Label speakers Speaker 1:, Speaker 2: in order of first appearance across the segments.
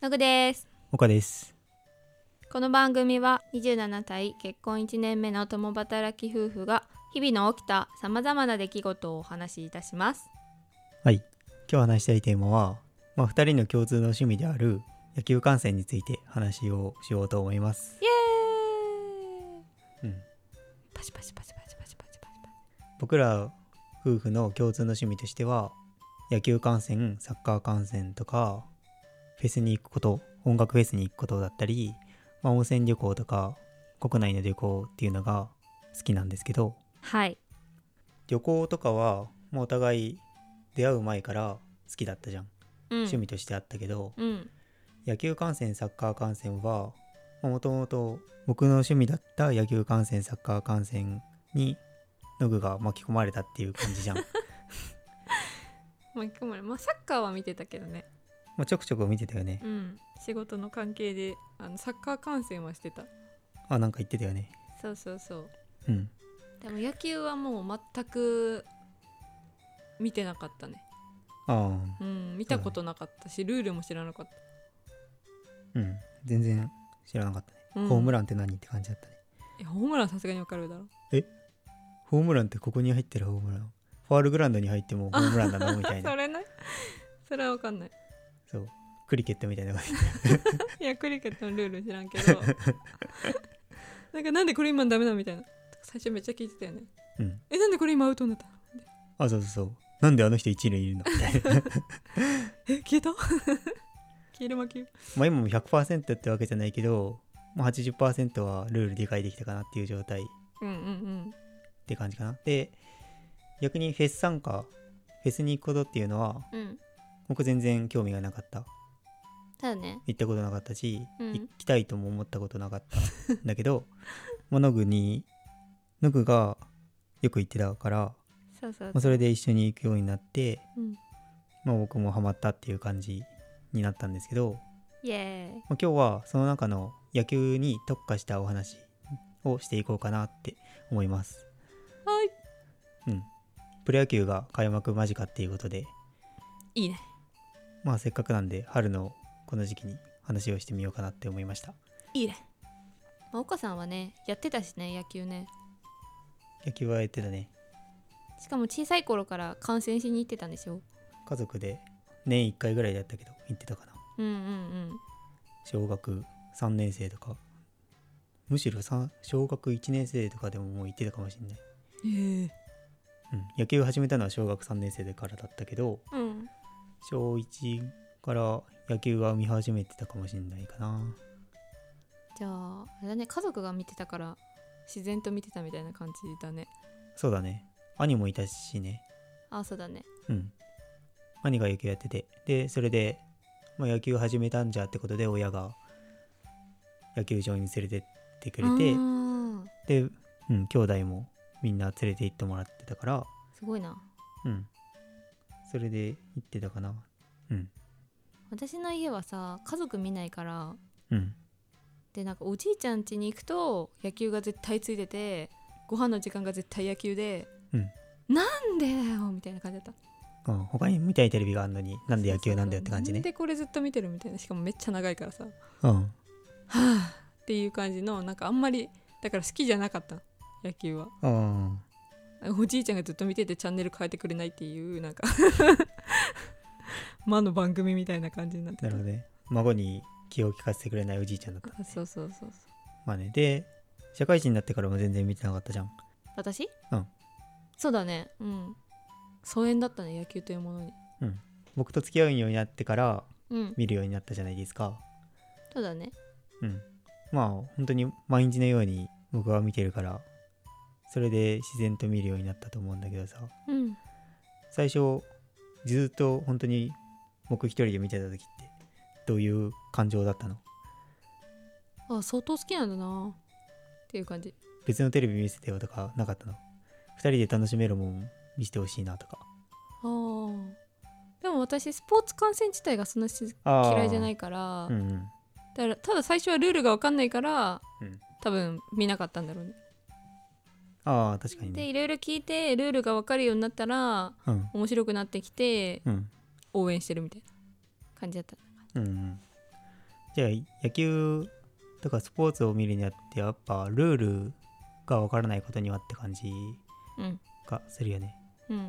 Speaker 1: のぐです
Speaker 2: 岡です。
Speaker 1: この番組は27歳結婚1年目の共働き夫婦が日々の起きたさまざまな出来事をお話しいたします
Speaker 2: はい。今日話したいテーマは、まあ、2人の共通の趣味である野球観戦について話をしようと思います。
Speaker 1: イエーイ
Speaker 2: うん、
Speaker 1: パシパシパシパシパシパシパシパ
Speaker 2: 僕ら夫婦の共通の趣味としては、野球観戦、サッカー観戦とか、フェスに行くこと、音楽フェスに行くことだったり、まあ、温泉旅行とか、国内の旅行っていうのが好きなんですけど、
Speaker 1: シはい
Speaker 2: 旅行とかは、もうお互い出会う前から好きだったじゃん。
Speaker 1: うん
Speaker 2: 趣味としてあったけど、
Speaker 1: うん
Speaker 2: 野球観戦サッカー観戦はもともと僕の趣味だった野球観戦サッカー観戦にノグが巻き込まれたっていう感じ じゃんも
Speaker 1: もう一個もねまあサッカーは見てたけどね
Speaker 2: うちょくちょく見てたよね
Speaker 1: うん仕事の関係であのサッカー観戦はしてた
Speaker 2: あなんか言ってたよね
Speaker 1: そうそうそう
Speaker 2: うん
Speaker 1: でも野球はもう全く見てなかったね
Speaker 2: あ
Speaker 1: うん見たことなかったし、ルールも知らなかっ
Speaker 2: あうん全然知らなかったね、
Speaker 1: た、うん
Speaker 2: ホームランって何って感じだったね
Speaker 1: いやホームランさすがにわかるだろ
Speaker 2: ホームランってここに入ってるホームランファールグラウンドに入ってもホームランだなみた い
Speaker 1: そ
Speaker 2: な
Speaker 1: れねそれはわかんない
Speaker 2: そうクリケットみたいな感じ
Speaker 1: いやクリケットのルール知らんけ どなんかなんでこれ今ダメだみたいな最初めっちゃ聞いてたよね
Speaker 2: うん
Speaker 1: えなんでこれ今アウトになったの
Speaker 2: あそうそうそうなんであの人一塁いるのみたいな
Speaker 1: え消えた 消える魔球
Speaker 2: まあ今も100%ってわけじゃないけど、まあ、80%はルール理解できたかなっていう状態っ
Speaker 1: うんうんうん
Speaker 2: て感じかな。で逆にフェス参加フェスに行くことっていうのは
Speaker 1: うん
Speaker 2: 僕全然興味がなかった
Speaker 1: ただね
Speaker 2: 行ったことなかったし、
Speaker 1: うん
Speaker 2: 行きたいとも思ったことなかったんだけどまあノグにノグがよく行ってたから、
Speaker 1: そうそう
Speaker 2: まあそれで一緒に行くようになって、
Speaker 1: うん
Speaker 2: まあ、僕もハマったっていう感じになったんですけど、
Speaker 1: イエーイ
Speaker 2: まあ今日はその中の野球に特化したお話をしていこうかなって思います。
Speaker 1: はい
Speaker 2: うん。プロ野球が開幕間近っていうことで、
Speaker 1: いいね
Speaker 2: まあせっかくなんで春のこの時期に話をしてみようかなって思いました。
Speaker 1: いいね、まあ、岡さんはねやってたしね野球ね
Speaker 2: 野球はやってたね。
Speaker 1: しかも小さい頃から観戦しに行ってたんでしょ
Speaker 2: 家族で年1回ぐらいだったけど行ってたかな。
Speaker 1: うんうんうん
Speaker 2: 小学3年生とか。むしろさ小学1年生とかでももう行ってたかもしれない。
Speaker 1: え
Speaker 2: うん。野球始めたのは小学3年生でからだったけど、
Speaker 1: うん
Speaker 2: 小1から野球は見始めてたかもしれないかな
Speaker 1: じゃああれだね家族が見てたから自然と見てたみたいな感じだね
Speaker 2: そうだね兄もいたしね
Speaker 1: あそうだね
Speaker 2: うん兄が野球やっててでそれで、まあ、野球始めたんじゃってことで親が野球場に連れてってくれて
Speaker 1: あー
Speaker 2: で、うん、兄弟もみんな連れて行ってもらってたから
Speaker 1: すごいな
Speaker 2: うんそれで行ってたかなうん
Speaker 1: 私の家はさ家族見ないから
Speaker 2: うん
Speaker 1: でなんかおじいちゃん家に行くと野球が絶対ついててご飯の時間が絶対野球で、
Speaker 2: うん
Speaker 1: なんでだよみたいな感じだった
Speaker 2: あ他に見たいテレビがあるのになんで野球なんだよって感じ
Speaker 1: な
Speaker 2: ね
Speaker 1: んでこれずっと見てるみたいなしかもめっちゃ長いからさ
Speaker 2: うん
Speaker 1: はあっていう感じのなんかあんまりだから好きじゃなかったの野球は
Speaker 2: うん
Speaker 1: おじいちゃんがずっと見ててチャンネル変えてくれないっていうなんか魔の番組みたいな感じになってた
Speaker 2: なるほどね孫に気を利かせてくれないおじいちゃんだった
Speaker 1: あそうそうそうそう
Speaker 2: まあねで社会人になってからも全然見てなかったじゃん
Speaker 1: 私
Speaker 2: うん
Speaker 1: そうだねうん疎遠だったね野球というものに
Speaker 2: 僕と付き合うようになってから
Speaker 1: うん
Speaker 2: 見るようになったじゃないですか
Speaker 1: そうだね
Speaker 2: うんまあ本当に毎日のように僕は見てるからそれで自然と見るようになったと思うんだけどさ
Speaker 1: うん
Speaker 2: 最初ずっと本当に僕一人で見てた時ってどういう感情だったの
Speaker 1: あ相当好きなんだなっていう感じ
Speaker 2: 別のテレビ見せてよとかなかったの二人で楽しめるもん見せてほしいなとか
Speaker 1: あーでも私スポーツ観戦自体がそんなし
Speaker 2: あー
Speaker 1: 嫌いじゃないから
Speaker 2: うんうん
Speaker 1: だからただ最初はルールが分かんないから、
Speaker 2: うん
Speaker 1: 多分見なかったんだろうね
Speaker 2: ああ確かに
Speaker 1: で
Speaker 2: ね
Speaker 1: いろいろ聞いてルールが分かるようになったら
Speaker 2: うん
Speaker 1: 面白くなってきて
Speaker 2: うん
Speaker 1: 応援してるみたいな感じだった
Speaker 2: うんうんじゃあ野球とかスポーツを見るにあってやっぱルールがわからないことにはって感じ
Speaker 1: うん
Speaker 2: がするよね
Speaker 1: うん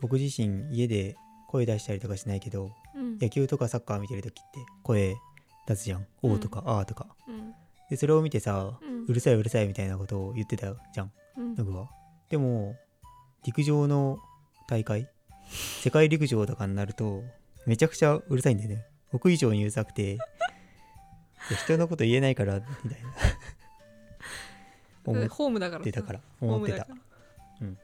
Speaker 2: 僕自身家で声出したりとかしないけど
Speaker 1: うん
Speaker 2: 野球とかサッカー見てる時って声出すじゃん「
Speaker 1: うん
Speaker 2: おう」とか「あー」とか
Speaker 1: うん
Speaker 2: でそれを見てさ
Speaker 1: うん
Speaker 2: うるさいうるさいみたいなことを言ってたじゃん
Speaker 1: うん
Speaker 2: 僕はでも陸上の大会世界陸上とかになるとめちゃくちゃうるさいんだよね僕以上にうるさくていや人のこと言えないからみ たいな思っ
Speaker 1: ホームだから
Speaker 2: てたから
Speaker 1: ホー
Speaker 2: 思っ
Speaker 1: ム
Speaker 2: て
Speaker 1: だか
Speaker 2: た
Speaker 1: ら
Speaker 2: うん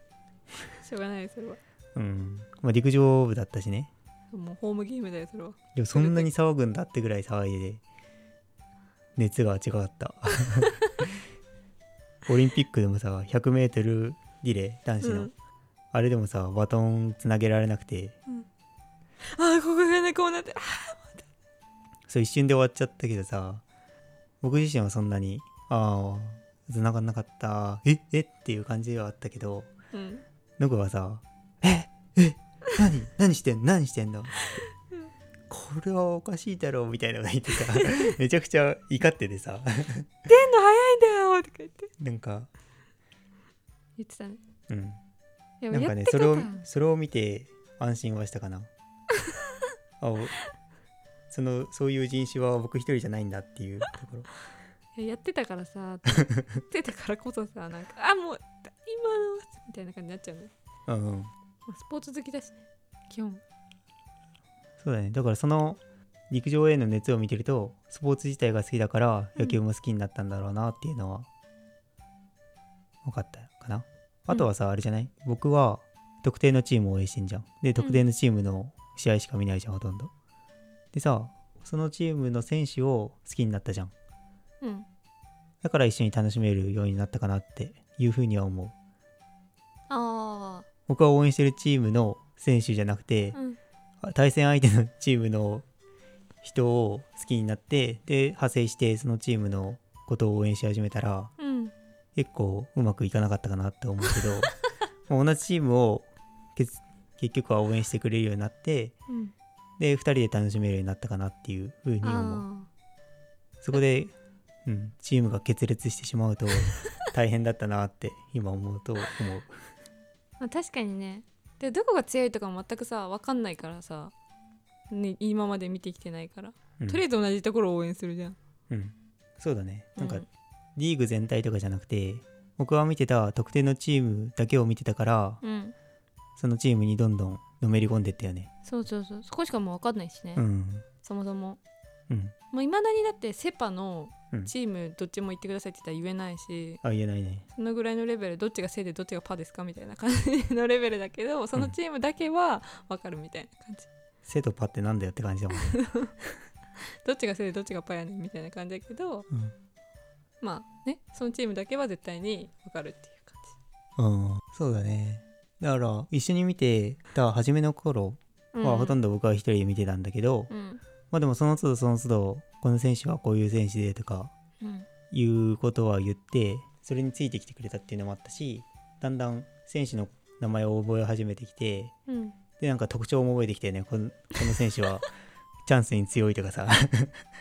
Speaker 1: しょうがないそれは
Speaker 2: うんまあ陸上部だったしね
Speaker 1: もうホームゲームだよそれは
Speaker 2: でもそんなに騒ぐんだってぐらい騒いでて熱が違かった オリンピックでもさ 100m リレー男子の、
Speaker 1: うん
Speaker 2: あれでもさバトンつなげられなくて
Speaker 1: ああここがねこうなってあ
Speaker 2: そう一瞬で終わっちゃったけどさ僕自身はそんなにああ繋がんなかったええっていう感じではあったけど
Speaker 1: ーうん
Speaker 2: ノコはさええ何何してんの何してん のってこれはおかしいだろうみたいなのが言ってさめちゃくちゃ怒っててさ
Speaker 1: 出んの早いんだよとか言って
Speaker 2: なんか
Speaker 1: 言ってたね
Speaker 2: うん
Speaker 1: でも
Speaker 2: なん
Speaker 1: や
Speaker 2: か
Speaker 1: っ
Speaker 2: ね
Speaker 1: て
Speaker 2: それを
Speaker 1: 方
Speaker 2: それを見て安心はした かなあおそのそういう人種は僕一人じゃないんだっていうところ
Speaker 1: いややってた からさやってたからこそさなんかあもう今のみたいな感じになっちゃうね
Speaker 2: うんうん
Speaker 1: まあスポーツ好きだしね基本
Speaker 2: そうだねだからその陸上への熱を見てるとスポーツ自体が好きだから
Speaker 1: うん
Speaker 2: 野球も好きになったんだろうなっていうのは分かったかな、あとはさあれじゃない僕は特定のチームを応援してんじゃんで特定のチームの試合しか見ないじゃんほとんどでさそのチームの選手を好きになったじゃん
Speaker 1: うん
Speaker 2: だから一緒に楽しめるようになったかなっていうふうには思う
Speaker 1: あ
Speaker 2: 僕は応援してるチームの選手じゃなくて、
Speaker 1: あうん
Speaker 2: 対戦相手のチームの人を好きになってで派生してそのチームのことを応援し始めたら
Speaker 1: うん
Speaker 2: 結構うまくいかなかったかなって思うけど まあ同じチームをけつ結局は応援してくれるようになって
Speaker 1: うん
Speaker 2: で2人で楽しめるようになったかなっていうふうに思う
Speaker 1: あ
Speaker 2: そこで、うん、チームが決裂してし まうと大変だったなって今思うと思う
Speaker 1: ーまあ確かにねでどこが強いとかも全くさ分かんないからさ、ね、今まで見てきてないから、
Speaker 2: うん
Speaker 1: とりあえず同じところを応援するじゃん
Speaker 2: うん、そうだねなんか
Speaker 1: うん
Speaker 2: リーグ全体とかじゃなくて僕は見てた特定のチームだけを見てたから
Speaker 1: うん
Speaker 2: そのチームにどんどんのめり込んでったよね
Speaker 1: そうそうそうそこしかもう分かんないしね、
Speaker 2: うん
Speaker 1: そもそも
Speaker 2: うん
Speaker 1: もういまだにだってセ・パの
Speaker 2: うん
Speaker 1: チームどっちも行ってくださいって言ったら言えないし、
Speaker 2: あ言えないね
Speaker 1: そのぐらいのレベルどっちがセでどっちがパですかみたいな感じのレベルだけどそのチームだけは分かるみたいな感じ、
Speaker 2: 生とパってなんだよって感じだもんね、
Speaker 1: どっちがセでどっちがパやねんみたいな感じだけどまあねそのチームだけは絶対に分かるっていう感
Speaker 2: うん、うん、そうだねだから一緒に見てた初めの頃
Speaker 1: じ、
Speaker 2: はほと
Speaker 1: ん
Speaker 2: んど僕は一人で見てたんだけど、
Speaker 1: どうん
Speaker 2: まあでもその都度その都度この選手はこういう選手でとか
Speaker 1: うん
Speaker 2: いうことは言ってそれについてきてくれたっていうのもあったしだんだん選手の名前を覚え始めてきて
Speaker 1: うん
Speaker 2: でなんか特徴も覚えてきてねこのこの選手はチャンスに強いとかさ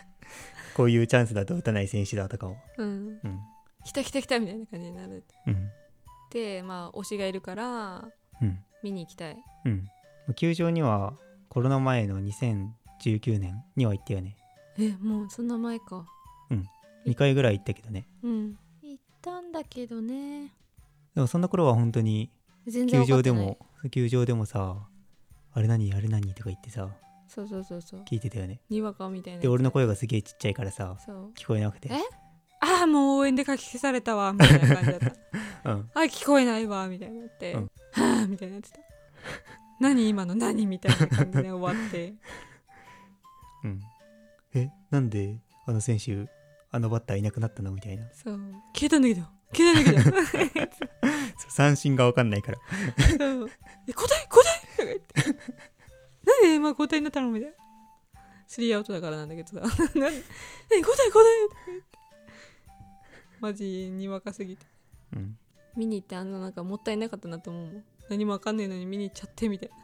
Speaker 2: こういうチャンスだと打たない選手だとかも
Speaker 1: うん
Speaker 2: うん
Speaker 1: 来た来た来たみたいな感じになる
Speaker 2: うん
Speaker 1: でまあ推しがいるから
Speaker 2: うん
Speaker 1: 見に行きたい
Speaker 2: うん球場にはコロナ前の2019年には行ったよね
Speaker 1: えもうそんな前か
Speaker 2: 2回ぐらい行ったけどね
Speaker 1: うん行ったんだけどね
Speaker 2: でもそんな頃は本当に
Speaker 1: 全然
Speaker 2: 球
Speaker 1: 分か
Speaker 2: 場
Speaker 1: って
Speaker 2: で
Speaker 1: ない
Speaker 2: も球場でもさあれ何あれ何とか言ってさ
Speaker 1: そうそうそうそう
Speaker 2: 聞いてたよね
Speaker 1: にわかみたいな
Speaker 2: で俺の声がすげえちっちゃいからさ
Speaker 1: そう
Speaker 2: 聞こえなくて
Speaker 1: えああもう応援でかき消されたわみたいな感じだった
Speaker 2: うん
Speaker 1: あー聞こえないわみたいになって、
Speaker 2: うん
Speaker 1: はあみたいになってた何今の何みたいな感じで終わって
Speaker 2: うんえなんであの選手あのバッターいなくなったのみたいな
Speaker 1: そう消えたんだけど消えたんだけど
Speaker 2: そう三振が分かんないから
Speaker 1: そうえ答え答えとか言ってなんで今答えになったのみたいなスリーアウトだからなんだけどさ なん何答え答えとか言ってマジにわかすぎて
Speaker 2: うん
Speaker 1: 見に行ってあのなんかもったいなかったなと思うもん何もわかんないのに見に行っちゃってみたいな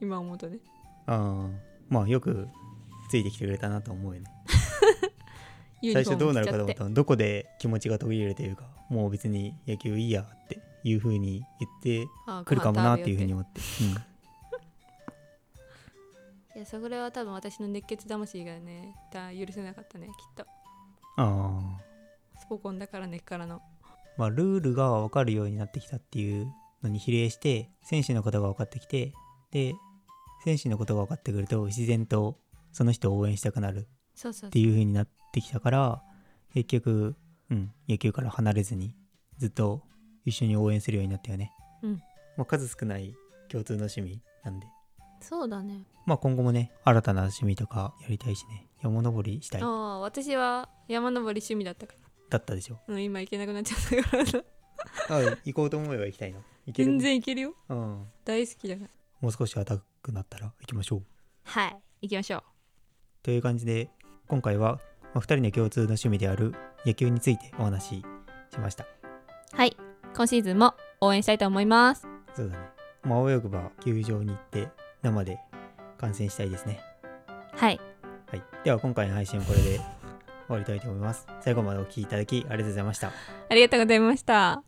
Speaker 1: 今思うとね
Speaker 2: ああまあよくついてきてくれたなと思うよね
Speaker 1: ユニ
Speaker 2: 最
Speaker 1: フォー
Speaker 2: 初
Speaker 1: ム
Speaker 2: どうなるかと思っ
Speaker 1: 着ちゃ
Speaker 2: たのどこで気持ちが途切れるというかもう別に野球いいやっていうふうに言って
Speaker 1: あー
Speaker 2: くるかもなっていうふうに
Speaker 1: ご飯食
Speaker 2: 思って、うん、
Speaker 1: べよっていやそれは多分私の熱血魂がねだ許せなかったねきっと
Speaker 2: ああ
Speaker 1: スポコンだから根っからの
Speaker 2: まあルールが分かるようになってきたっていうのに比例して選手のことが分かってきてで選手のことが分かってくると自然とその人を応援したくなる
Speaker 1: そうそう
Speaker 2: っていう風になってきたから結局、うん、野球から離れずにずっと一緒に応援するようになったよね、
Speaker 1: うん
Speaker 2: まあ、数少ない共通の趣味なんで、
Speaker 1: そうだね
Speaker 2: まあ、今後もね新たな趣味とかやりたいしね山登りしたい
Speaker 1: ああ私は山登り趣味だったか
Speaker 2: だった でしょ
Speaker 1: ら、うん、今行けなくなっちゃったからさ
Speaker 2: あ行こうと思えば行きたいの行ける
Speaker 1: 全、然行けるよ
Speaker 2: うん、
Speaker 1: 大好きだから
Speaker 2: もう少し暖かくなったら行きましょう
Speaker 1: はい行きましょう
Speaker 2: という感じで今回は、ま2人の共通の趣味である野球についてお話ししました
Speaker 1: はい今シーズンも応援したいと思います
Speaker 2: そうだね。まあ、泳ぐば球場に行って生で観戦したいですね。
Speaker 1: はい
Speaker 2: はい。では今回の配信はこれで終わりたいと思います。最後までお聴きいただきありがとうございました。
Speaker 1: ありがとうございました